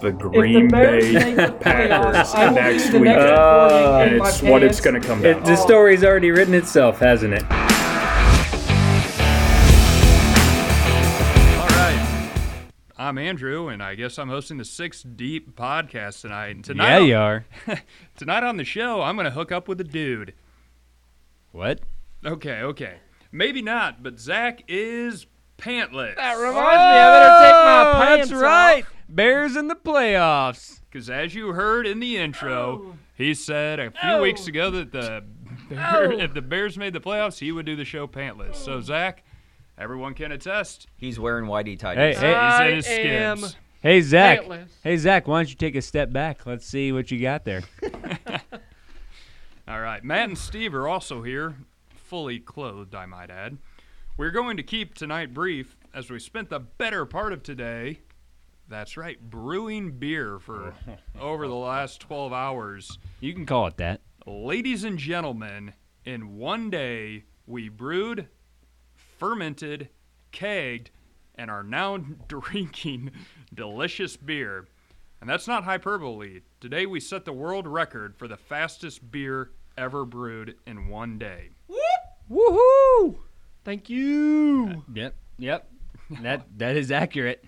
the Green if the Bears Bay make the Packers playoffs, I will be next the weekend. next Uh, recording in and my it's what pants. it's going to come down It, the to. story's already written itself, hasn't it? All right. I'm Andrew, and I guess I'm hosting the Six Deep podcast tonight. And tonight, yeah, you are. tonight on the show, I'm going to hook up with a dude. What? Okay, okay. Maybe not, but Zach is pantless. Oh, pants That's right. Bears in the playoffs. Because as you heard in the intro, he said a few weeks ago that the Bear, if the Bears made the playoffs, he would do the show pantless. So, Zach, everyone can attest. He's wearing whitey Hey, hey, tighties. He's I in his am- skins. hey, Zach. Pantless. Hey, Zach. Why don't you take a step back? Let's see what you got there. All right. Matt and Steve are also here, fully clothed, I might add. We're going to keep tonight brief as we spent the better part of today, that's right, brewing beer for over the last 12 hours. You can call it that. Ladies and gentlemen, in one day, we brewed, fermented, kegged, and are now drinking delicious beer. And that's not hyperbole. Today, we set the world record for the fastest beer ever brewed in one day. Woohoo! Thank you. Yep. Yep. That that is accurate.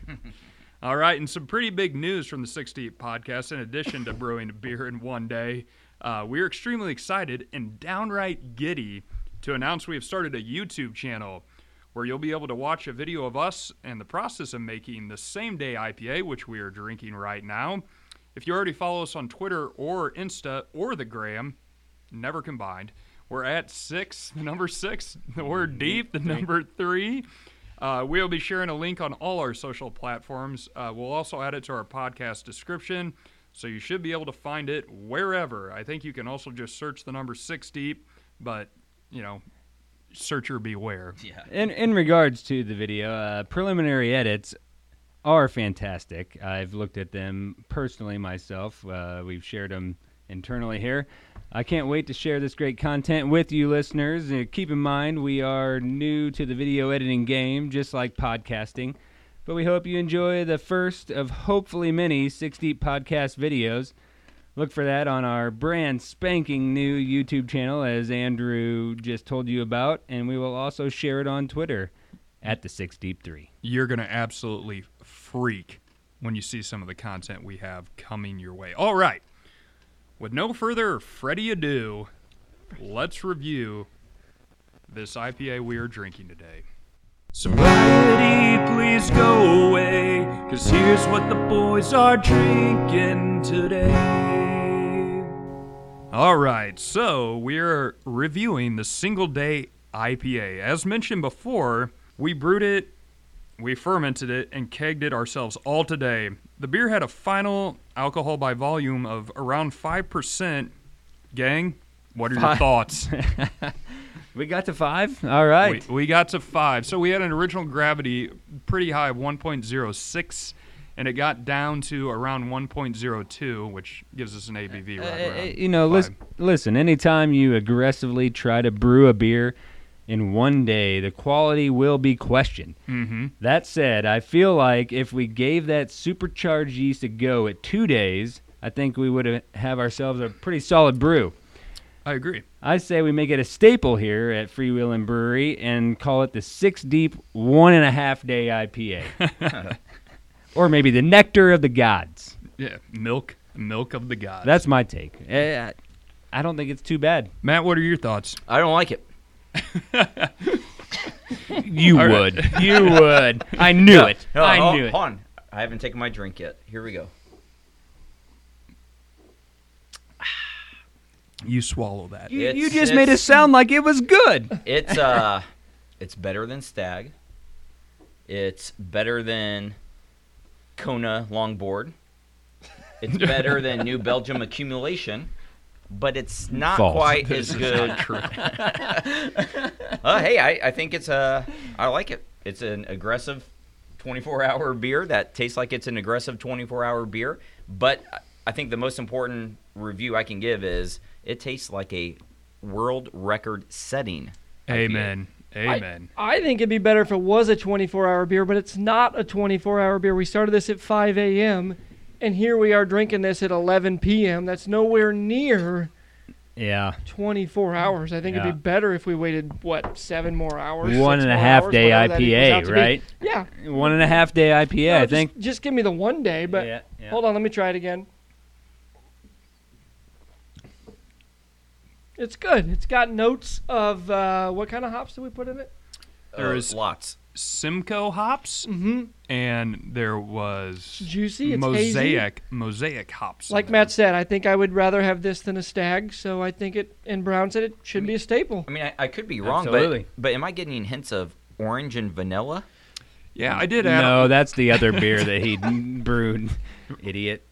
All right, and some pretty big news from the 68 podcast. In addition to brewing a beer in one day, uh, we're extremely excited and downright giddy to announce we have started a YouTube channel where you'll be able to watch a video of us and the process of making the same day IPA, which we are drinking right now. If you already follow us on Twitter or Insta or the Gram, never combined. We're at six, the number six, the word deep, the number three. Uh, we'll be sharing a link on all our social platforms. Uh, we'll also add it to our podcast description, so you should be able to find it wherever. I think you can also just search the number six deep, but you know, searcher beware. In in regards to the video, uh, preliminary edits are fantastic. I've looked at them personally myself. Uh, we've shared them internally here. I can't wait to share this great content with you listeners. Uh, keep in mind, we are new to the video editing game, just like podcasting. But we hope you enjoy the first of hopefully many 60 podcast videos. Look for that on our brand spanking new YouTube channel, as Andrew just told you about, and we will also share it on Twitter at the Six Deep Three. You're gonna absolutely freak when you see some of the content we have coming your way. All right, with no further Freddy ado, let's review this IPA we are drinking today. Sobriety, please go away, cause here's what the boys are drinking today. All right, so we're reviewing the single day IPA. As mentioned before, we brewed it, we fermented it, and kegged it ourselves all today. The beer had a final alcohol by volume of around 5%. Gang, what are your thoughts? We got to five. All right. We, we got to five. So we had an original gravity pretty high of 1.06, and it got down to around 1.02, which gives us an ABV right Uh, around. you know, listen, listen, anytime you aggressively try to brew a beer in one day, the quality will be questioned. Mm-hmm. That said, I feel like if we gave that supercharged yeast a go at two days, I think we would have- have ourselves a pretty solid brew. I agree. I say we make it a staple here at Freewheeling Brewery and call it the Six Deep One and a Half Day IPA. or maybe the Nectar of the Gods. Yeah, milk, milk of the gods. That's my take. Eh, I don't think it's too bad. Matt. What are your thoughts? I don't like it. You All right. would. You would. I knew it. No, I Uh-huh. hold, knew it. Hold on. I haven't taken my drink yet. Here we go. You swallow that. You, you It's- just made it it's- sound like it was good. It's uh, it's better than Stag. It's better than Kona Longboard. It's better than New Belgium Accumulation, but it's not False. quite as good. uh, hey, I, I think it's uh, I like it. It's an aggressive 24-hour beer that tastes like it's an aggressive 24-hour beer. But I- I think the most important review I can give is it tastes like a world record-setting Amen. Amen. I think it'd be better if it was a 24 hour beer, but it's not a 24 hour beer. We started this at 5 a.m. And here we are drinking this at 11 p.m. That's nowhere near Yeah. 24 hours. I think Yeah. it'd be better if we waited what seven more hours. One six and a more half hours, day whatever that equals out IPA, to be. right? Yeah. One and a half day IPA, No, I just- think. Just, give me the one day, but Yeah, yeah. hold on, let me try it again. It's good. It's got notes of uh, what kind of hops did we put in it? There Uh, is- lots. Simcoe hops, Mm-hmm. and there was Juicy. It's hazy. mosaic mosaic hops. in Like there. Matt said, I think I would rather have this than a stag. So I think it. And Brown said it should be a staple. I mean, I, I could be wrong, Absolutely. but but am I getting hints of orange and vanilla? Yeah, I did add. No, that's the other beer that he brewed. Idiot.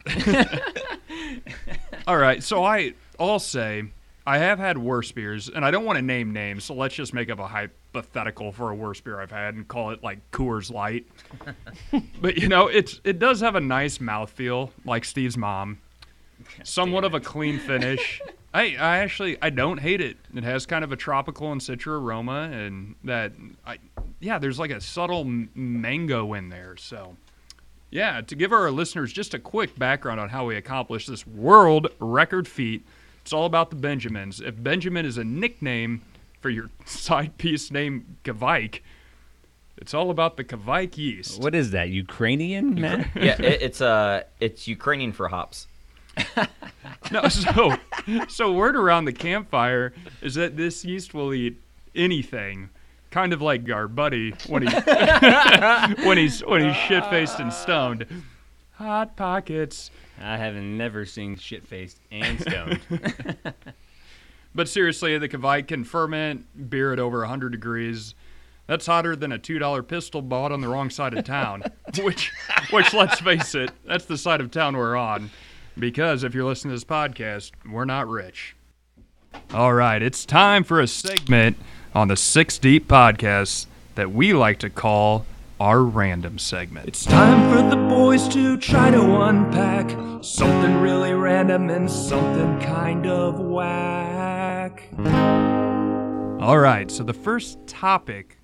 All right, so I I'll say I have had worse beers, and I don't want to name names, so let's just make up a hypothetical for a worse beer I've had and call it like Coors Light. but you know, it's it does have a nice mouthfeel, like Steve's mom. Somewhat of a clean finish. I, I actually I don't hate it. It has kind of a tropical and citra aroma, and that I yeah, there's like a subtle m- mango in there. So yeah, to give our listeners just a quick background on how we accomplished this world record feat, it's all about the Benjamins. If Benjamin is a nickname for your side piece name Kavike, it's all about the Kavike yeast. What is that? Ukrainian? Matt? yeah, it, it's uh, it's Ukrainian for hops. No, so so word around the campfire is that this yeast will eat anything, kind of like our buddy when he when he's when he's shit faced and stoned. Hot pockets. I have never seen shit faced and stoned. But seriously, the Kavite can ferment beer at over 100 degrees. That's hotter than a $2 pistol bought on the wrong side of town, which, which let's face it, that's the side of town we're on. Because if you're listening to this podcast, we're not rich. All right, it's time for a segment on the Six Deep podcast that we like to call our random segment. It's time for the boys to try to unpack something really random and something kind of whack. All right, so the first topic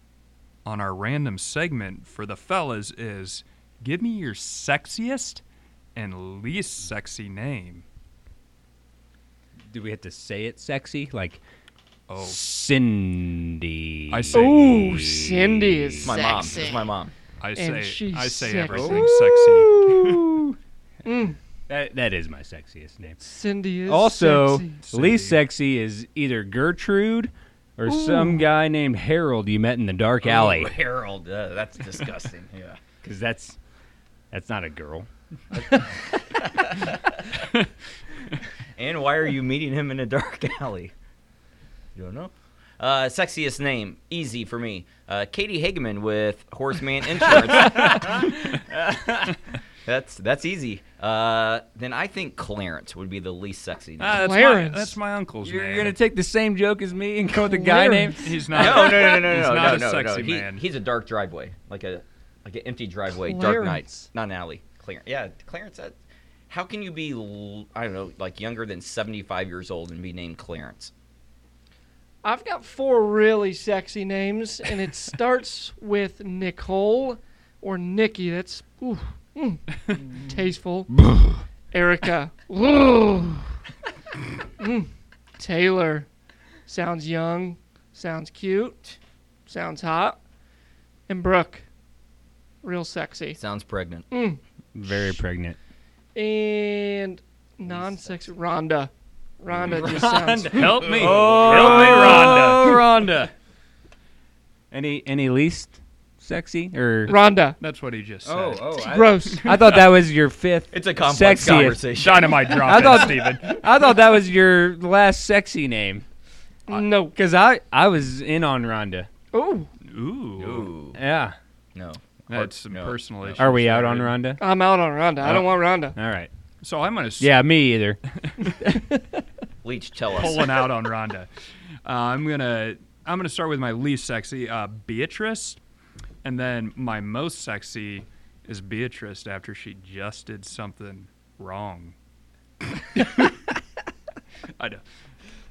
on our random segment for the fellas is give me your sexiest and least sexy name. Do we have to say it sexy? Like Oh. Cindy. I say Ooh, Cindy is It's my mom. sexy. It's my mom. I say And she's I say sexy. everything sexy. Ooh. That, that is my sexiest name. Cindy Mm. is also, sexy. least sexy is either Gertrude or some guy named Harold you met in the dark alley. Ooh, Harold. Uh, that's disgusting. yeah. Because that's that's not a girl. And why are you meeting him in a dark alley? You don't know. Uh, sexiest name, easy for me. Uh, Katie Hageman with Horseman Insurance. that's that's easy. Uh, then I think Clarence would be the least sexy. Name. Ah, that's, my, Clarence. that's my uncle's You're, name. you're gonna take the same joke as me and go with a guy named. He's no, no, not. no, no, no, He's no, not no, a no, sexy no. He- man. he's a dark driveway, like a like an empty driveway, dark night, Clarence. not an alley. Clarence, yeah, Clarence. That, how can you be, l- I don't know, like younger than seventy-five years old and be named Clarence? I've got four really sexy names, and it starts with Nicole or Nikki. That's ooh, mm, tasteful. Erica. Ooh. Mm. Taylor. Sounds young. Sounds cute. Sounds hot. And Brooke. Real sexy. Sounds pregnant. Very pregnant. And non sexy. Rhonda. Rhonda just sounds. Help me. Oh, Help me, Rhonda. Oh, Rhonda. Any any least sexy or? Rhonda. That's what he just said. Oh, oh, I, Gross. I thought that was your fifth. It's a complex sexiest. conversation. Dynamite drop I it, thought- Steven. I thought that was your last sexy name no. because I I was in on Rhonda. Ooh. Ooh. Ooh, Yeah. no. That's some No. personal issues. Are we out there. on Rhonda? I'm out on Rhonda. I don't want Rhonda. All right. So I'm going to Yeah, me either. Leech, tell us. pulling out on Rhonda. Uh, I'm gonna I'm gonna start with my least sexy, uh, Beatrice, and then my most sexy is Beatrice after she just did something wrong. I don't.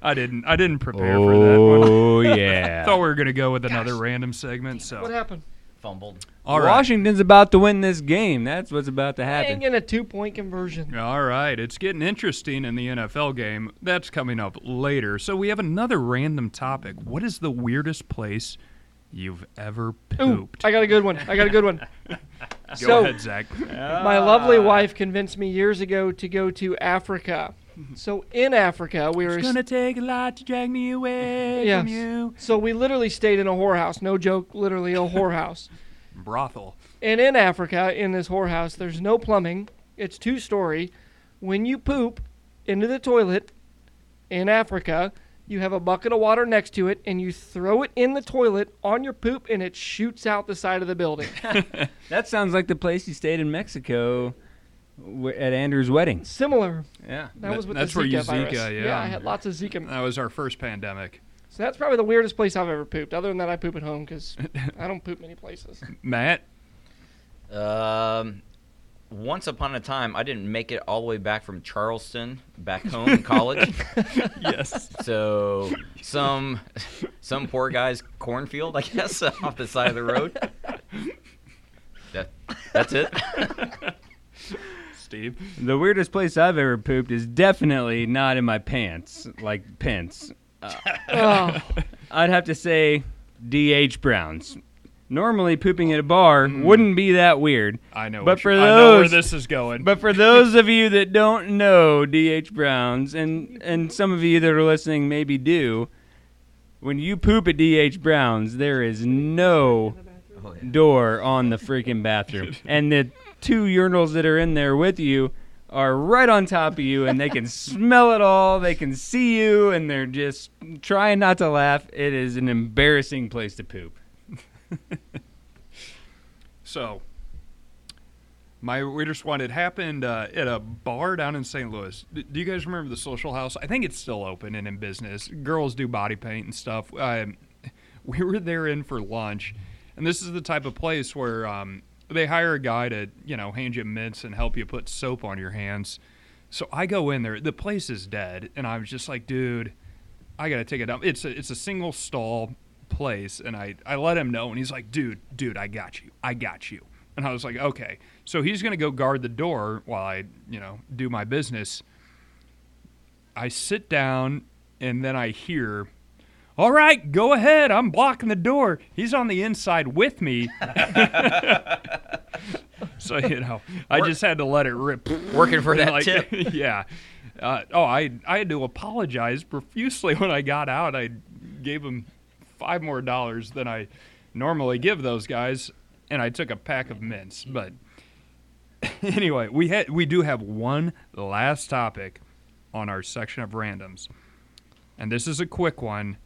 I didn't. I didn't prepare for that one. Oh Thought yeah. we were gonna go with another random segment. So What happened? fumbled. All right. Washington's about to win this game. That's what's about to Dang happen. in a two point conversion. All right, it's getting interesting in the NFL game. That's coming up later. So we have another random topic. What is the weirdest place you've ever Ooh, pooped? I got a good one. I got a good one. Go so ahead, Zach. my lovely wife convinced me years ago to go to Africa. So in Africa, we were It's gonna take a lot to drag me away Yes. from you. so we literally stayed in a whorehouse. No joke, literally a whorehouse. Brothel. And in Africa, in this whorehouse, there's no plumbing. It's two story. When you poop into the toilet in Africa, you have a bucket of water next to it and you throw it in the toilet on your poop and it shoots out the side of the building. That sounds like the place you stayed in Mexico wh- at Andrew's wedding. Similar. Yeah. That That- was with that's the where Zika you virus. Zika, yeah. I had lots of Zika. That was our first pandemic. So that's probably the weirdest place I've ever pooped. Other than that, I poop at home because I don't poop many places. Matt, Um, once upon a time, I didn't make it all the way back from Charleston back home in college. yes. So some some poor guy's cornfield, I guess, off the side of the road. That, that's it. Steve. The weirdest place I've ever pooped is definitely not in my pants, like pants. Oh, I'd have to say D.H. Browns. Normally, pooping at a bar wouldn't be that weird. I know. But which- for I know where those- this is going. But for those of you that don't know D.H. Browns, and, and some of you that are listening maybe do, when you poop at D.H. Browns, there is no Oh, yeah. door on the freaking bathroom. And the two urinals that are in there with you are right on top of you, and they can smell it all. They can see you, and they're just trying not to laugh. It is an embarrassing place to poop. So, my weirdest one, it happened uh, at a bar down in St. Louis. D- do you guys remember the Social House? I think it's still open and in business. Girls do body paint and stuff. Um, we were there in for lunch, and this is the type of place where um, they hire a guy to, you know, hand you mints and help you put soap on your hands. So I go in there. The place is dead, and I was just like, dude, I gotta take it dump. It's a it's a single stall place, and I I let him know, and he's like, dude, dude, I got you, I got you, and I was like, okay. So he's gonna go guard the door while I you know do my business. I sit down, and then I hear. All right, go ahead. I'm blocking the door. He's on the inside with me. so, you know, I just had to let it rip. Working for that Like, tip. yeah. Uh, oh, I I had to apologize profusely when I got out. I gave him five more dollars than I normally give those guys, and I took a pack of mints. But anyway, we had we do have one last topic on our section of randoms, and this is a quick one.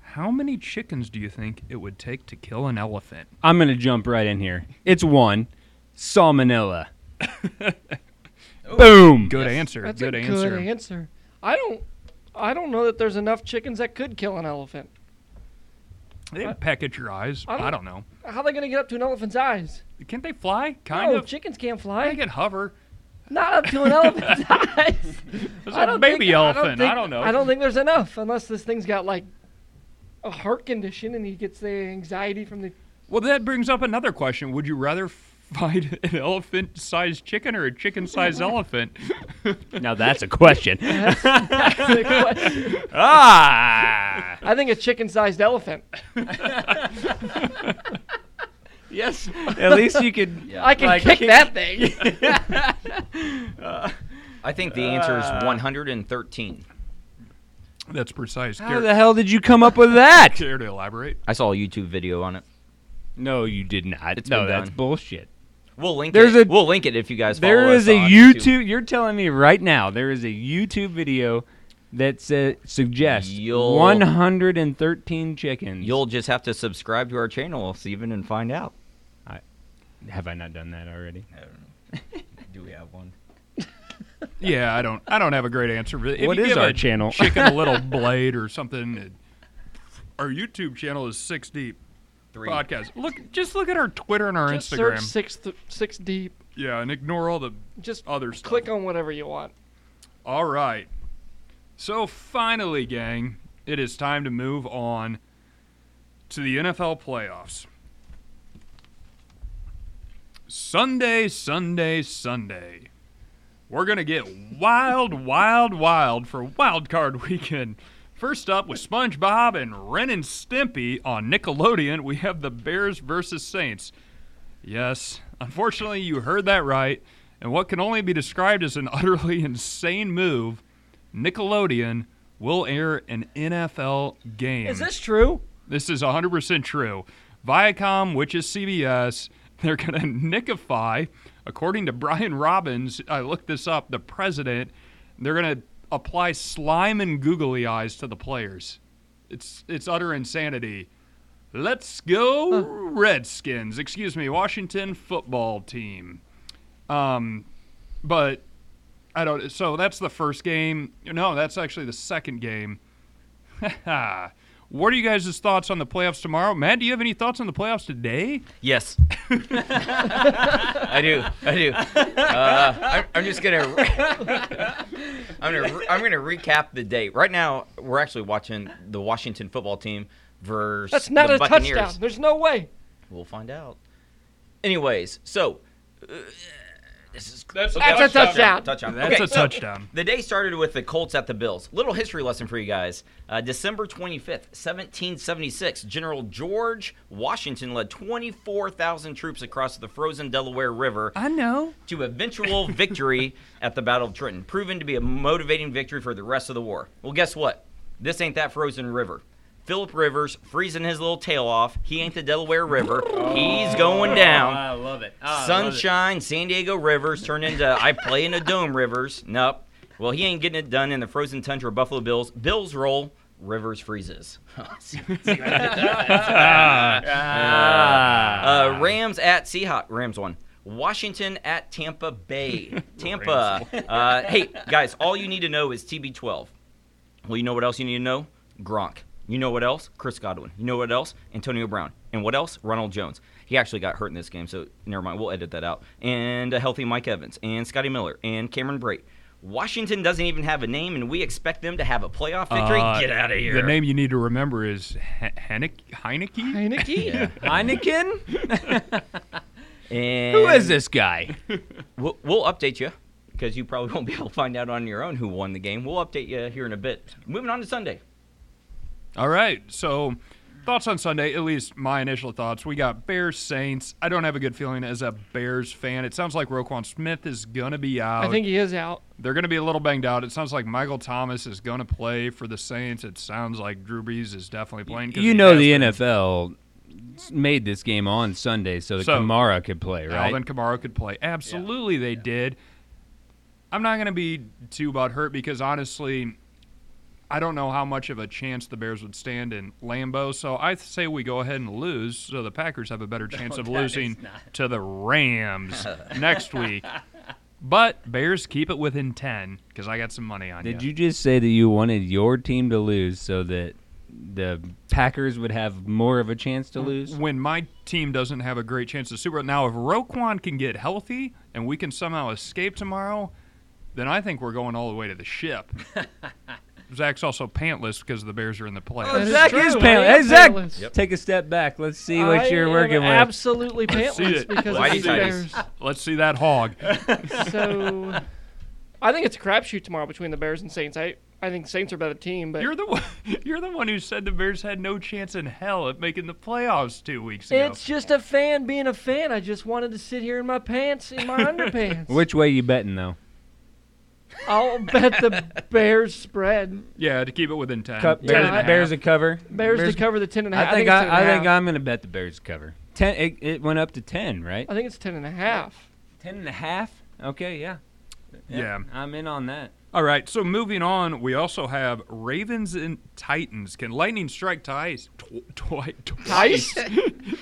How many chickens do you think it would take to kill an elephant? I'm going to jump right in here. It's one salmonella. Boom. Good answer. that's good a answer. good answer. I don't, I don't know that there's enough chickens that could kill an elephant. They peck at your eyes. I don't- I don't know. How are they going to get up to an elephant's eyes? Can't they fly? Kind no, of. chickens can't I fly. can hover. Not up to an elephant's eyes. It's I a don't baby think- elephant. think- know. I don't think there's enough unless this thing's got like a heart condition and he gets the anxiety from the. Well, that brings up another question. Would you rather fight an elephant-sized chicken or a chicken-sized elephant? Now that's a question. I ah. think a chicken-sized elephant. Yes. At least you could. I can Like- kick that thing. I think the answer is 113. That's precise. How Care, the hell did you come up with that? care to elaborate? I saw a YouTube video on it. No, you did not. It's no, been that's done. bullshit. We'll link There's it. a- we'll link it if you guys. Follow There us is a on YouTube, You're telling me right now there is a YouTube video that sa- suggests You'll- 113 chickens. You'll just have to subscribe to our channel, Steven, and find out. Have I not done that already? I don't know. Do we have one? Yeah, I don't. I don't have a great answer. for that. If What you is give our a channel? Chicken a little blade or something. it- our YouTube channel is Six Deep Three. Podcast. Look, just look at our Twitter and our Just Instagram. search six th- six deep. Yeah, and ignore all the Just other stuff. click on whatever you want. All right. So finally, gang, it is time to move on to the NFL playoffs. Sunday, Sunday, Sunday. We're going to get wild, wild, wild for Wild Card Weekend. First up, with SpongeBob and Ren and Stimpy on Nickelodeon, we have the Bears versus Saints. Yes, unfortunately, you heard that right. And what can only be described as an utterly insane move, Nickelodeon will air an NFL game. Hmm. Is this true? This is 100% true. Viacom, which is CBS, they're going to nickify, according to Brian Robbins, I looked this up, the president, they're going to apply slime and googly eyes to the players. It's, it's utter insanity. Let's go, Redskins. Excuse me, Washington football team. Um, but I don't. So that's the first game. No, that's actually the second game. what are you guys' thoughts on the playoffs tomorrow? Matt, do you have any thoughts on the playoffs today? Yes. I do. I do. Uh, I'm, I'm just gonna. I'm gonna. I'm gonna recap the date. Right now, we're actually watching the Washington football team versus That's not the a Buccaneers. touchdown. There's no way. We'll find out. Anyways, so uh, this is That's a That's a touchdown. touchdown. That's Okay, a so touchdown. The day started with the Colts at the Bills. Little history lesson for you guys. Uh, December 25th, 1776, General George Washington led 24,000 troops across the frozen Delaware River I know. to eventual victory at the Battle of Trenton, proven to be a motivating victory for the rest of the war. Well, guess what? This ain't that frozen river. Philip Rivers freezing his little tail off. He ain't the Delaware River. He's going down. Oh, I love it. I love it. Sunshine, San Diego Rivers turned into I play in a dome Rivers. Nope. Well, he ain't getting it done in the frozen tundra of Buffalo Bills. Bills roll, Rivers freezes. Oh, Uh, Rams at Seahawks. Rams won. Washington at Tampa Bay. Tampa. uh, hey, guys, all you need to know is TB12. Well, you know what else you need to know? Gronk. You know what else? Chris Godwin. You know what else? Antonio Brown. And what else? Ronald Jones. He actually got hurt in this game, so never mind. We'll edit that out. And a healthy Mike Evans, and Scotty Miller, and Cameron Brate. Washington doesn't even have a name, and we expect them to have a playoff victory. Uh, Get out of here. The name you need to remember is He- Heinek- Heineke. Heineke? Heineken? And Who is this guy? We'll, we'll update you because you probably won't be able to find out on your own who won the game. We'll update you here in a bit. Moving on to Sunday. All right. So, thoughts on Sunday? At least my initial thoughts. We got Bears Saints. I don't have a good feeling as a Bears fan. It sounds like Roquan Smith is gonna be out. I think he is out. They're gonna be a little banged out. It sounds like Michael Thomas is gonna play for the Saints. It sounds like Drew Brees is definitely playing. 'cause You he know has the been. NFL made this game on Sunday so that So, Kamara could play, right? Alvin Kamara could play. Absolutely, they did. I'm not going to be too butthurt because honestly, I don't know how much of a chance the Bears would stand in Lambeau. So I say we go ahead and lose, so the Packers have a better chance of that is losing to the Rams next week. But Bears keep it within ten because I got some money on Did you. you just say that you wanted your team to lose so that the Packers would have more of a chance to lose? When my team doesn't have a great chance to Super Bowl. Now, if Roquan can get healthy and we can somehow escape tomorrow, then I think we're going all the way to the ship. Zach's also pantless because the Bears are in the playoffs. That is Zach true. is I pantless. am Hey, Zach, pantless. Yep. take a step back. Let's see what I you're am working with. Absolutely see pantless it. because Whitey of the tighties. Bears. Let's see that hog. So, I think it's a crapshoot tomorrow between the Bears and Saints. I, I think Saints are a better team, but You're the one. You're the one who said the Bears had no chance in hell at making the playoffs two weeks ago. it's just a fan being a fan. I just wanted to sit here in my pants, in my underpants. Which way you betting though? I'll bet the Bears spread. yeah, to keep it within ten. Cup, Uh, Yeah, Bears, I- Bears to cover. Bears, to cover the ten and a half. I think it's I, 10 and a I think half. I'm gonna bet the Bears to cover. Ten. It, it went up to ten, right? I think it's ten and a half. Ten and a half. Okay, yeah. Yeah. I'm in on that. All right, so moving on, we also have Ravens and Titans. Can lightning strike twice? Tw- twi- twice?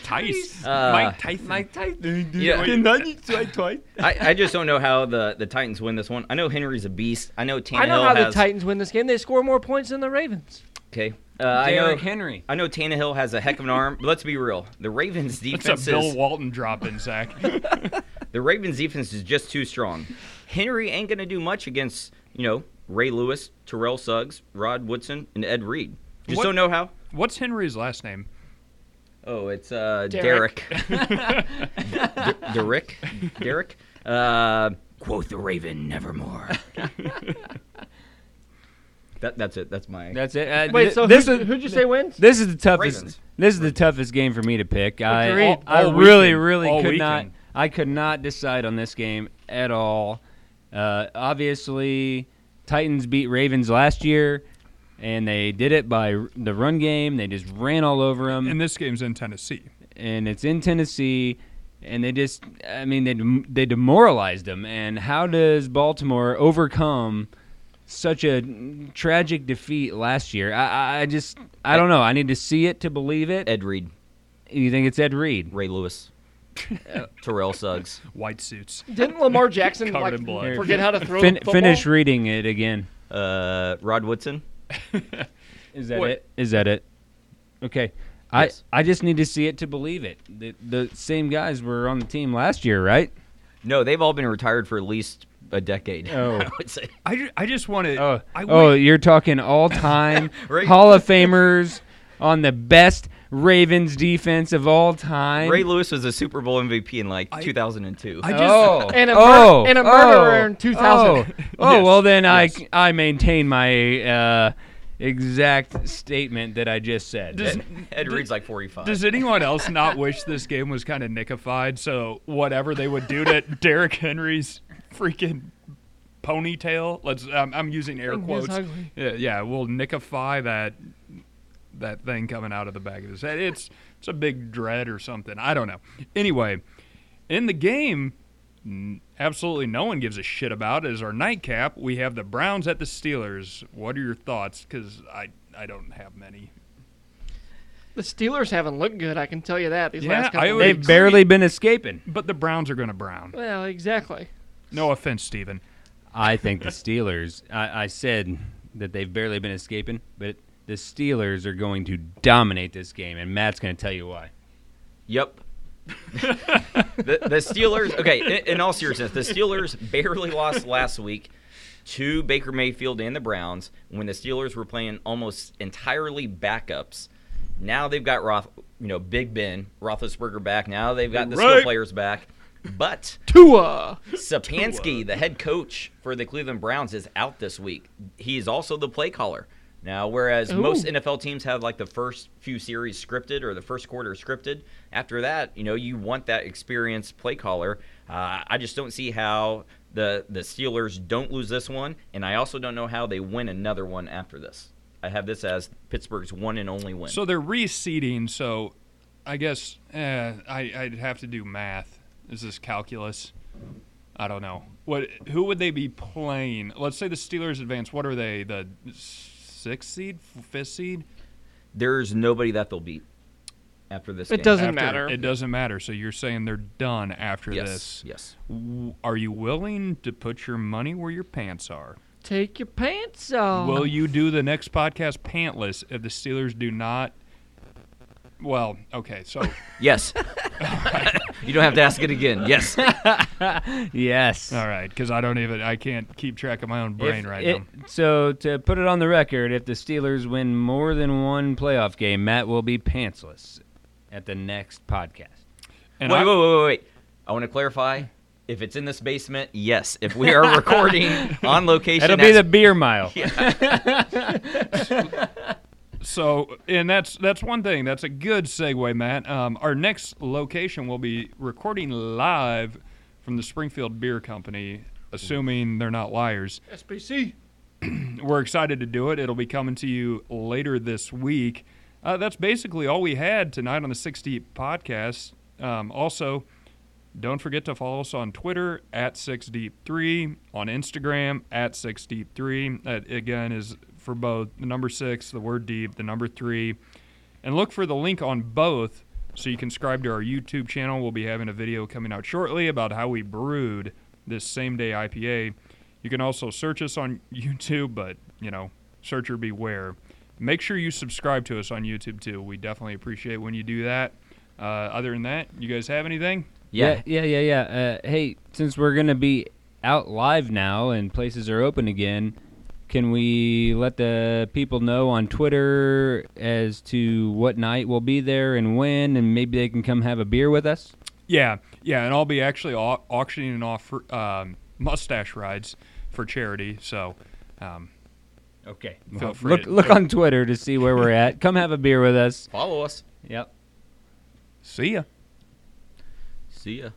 Tice. Uh, Mike Tyson. Tyson. Yeah. Can I, I just don't know how the, the Titans win this one. I know Henry's a beast. I know Tannehill I know how has. the Titans win this game. They score more points than the Ravens. okay. Uh, I know Derrick Henry. I know Tannehill has a heck of an arm. But let's be real. The Ravens It's a defense Bill is Walton drop in, Zach. the Ravens defense is just too strong. Henry ain't gonna do much against you know Ray Lewis, Terrell Suggs, Rod Woodson, and Ed Reed. Just What- don't know how. What's Henry's last name? Oh, it's uh, Derek. Derek. D- Derek. Derek. Uh, quote the Raven, nevermore. that, that's it. That's my. That's it. Uh, Wait, thi- so this who, is who'd you say wins? this is the toughest. Ravens. This is the toughest game for me to pick. I Agreed. I All really weekend. really All could not. weekend. I could not decide on this game at all. Uh, obviously, Titans beat Ravens last year, and they did it by r- the run game. They just ran all over them, And and, this game's in Tennessee. it's in Tennessee. And they just, I mean, they dem- they demoralized them. And how does Baltimore overcome such a tragic defeat last year? I, I- I just, I don't know. I need to see it to believe it. Ed Reed, You think it's Ed Reed? Ray Lewis, Terrell Suggs. White suits. Didn't Lamar Jackson Covered like, in blood. forget how to throw Fin- the football? finish reading it again. Uh, Rod Woodson. Is that What- it? Is that it? Okay. I, Yes. I just need to see it to believe it. The, the same guys were on the team last year, right? No, they've all been retired for at least a decade. Oh. I would say. I, ju- I just want to. Oh, I oh wait- you're talking all time Right. Hall of Famers on the best Ravens defense of all time. Ray Lewis was a Super Bowl MVP in like 2002. I just, Oh, And a mur- oh, and a oh, murderer in 2000. Oh, oh Yes, well then yes. I I maintain my uh, exact statement that I just said. Does- Ed Reed's like 45. does anyone else not wish this game was kind of nickified? So whatever they would do to Derrick Henry's freaking ponytail. Let's. I'm, I'm using air Thing Oh, is quotes. ugly. Yeah, yeah, we'll nickify that that thing coming out of the back of his head. It's it's a big dread or something. I don't know. Anyway, in the game, n- absolutely no one gives a shit about is our nightcap. We have the Browns at the Steelers. What are your thoughts? Because I I don't have many. The Steelers haven't looked good, I can tell you that. These Yeah, last couple I would- weeks. They've barely been escaping. But the Browns are going to Brown. Well, exactly. No offense, Steven. I think the Steelers. I, I said that they've barely been escaping, but the Steelers are going to dominate this game, and Matt's going to tell you why. Yep. the, the Steelers, okay, in, in all seriousness, the Steelers barely lost last week to Baker Mayfield and the Browns when the Steelers were playing almost entirely backups. Now they've got Roth, you know, Big Ben, Roethlisberger back. Now they've got the Right. skill players back. But Tua. Sapansky, the head coach for the Cleveland Browns, is out this week. He's also the play caller. Now, whereas most Ooh. NFL teams have like the first few series scripted or the first quarter scripted, after that, you know, you want that experienced play caller. Uh, I just don't see how the the Steelers don't lose this one, and I also don't know how they win another one after this. I have this as Pittsburgh's one and only win. So they're reseeding. So I guess eh, I I'd have to do math. Is this calculus? I don't know. What? Who would they be playing? Let's say the Steelers advance. What are they? The sixth seed, F- fifth seed? There's nobody that they'll beat after this. It game. doesn't After- matter. It doesn't matter. So you're saying they're done after Yes. this. Yes. W- Are you willing to put your money where your pants are? Take your pants off. Will you do the next podcast pantless if the Steelers do not? Well, okay. So Yes. you don't have to ask it again. Yes. Yes. All right, because I don't even I can't keep track of my own brain If right it- now. So to put it on the record, if the Steelers win more than one playoff game, Matt will be pantsless at the next podcast. And wait, I, wait, wait, wait, wait. I want to clarify. If it's in this basement, yes. If we are recording on location, That'll be the as- beer mile. so and that's that's one thing. That's a good segue, Matt. Um, our next location will be recording live from the Springfield Beer Company, assuming they're not liars. SBC. We're excited to do it. It'll be coming to you later this week. Uh, that's basically all we had tonight on the 60 podcast. Um, also, don't forget to follow us on Twitter at 6deep3, on Instagram at 6deep3. That again is for both the number six, the word deep, the number three. And look for the link on both so you can subscribe to our YouTube channel. We'll be having a video coming out shortly about how we brewed this same day IPA. You can also search us on YouTube, but you know, searcher beware. Make sure you subscribe to us on YouTube too. We definitely appreciate when you do that. Uh, other than that, you guys have anything? yeah. yeah, yeah, yeah. yeah. Uh, hey, since we're gonna be out live now and places are open again, Can we let the people know on Twitter as to what night we'll be there and when, and maybe they can come have a beer with us? Yeah, yeah, and I'll be actually au- auctioning off um, mustache rides for charity. So, um, Okay. Feel free look to- look on Twitter to see where we're at. Come have a beer with us. Follow us. Yep. see ya. See ya.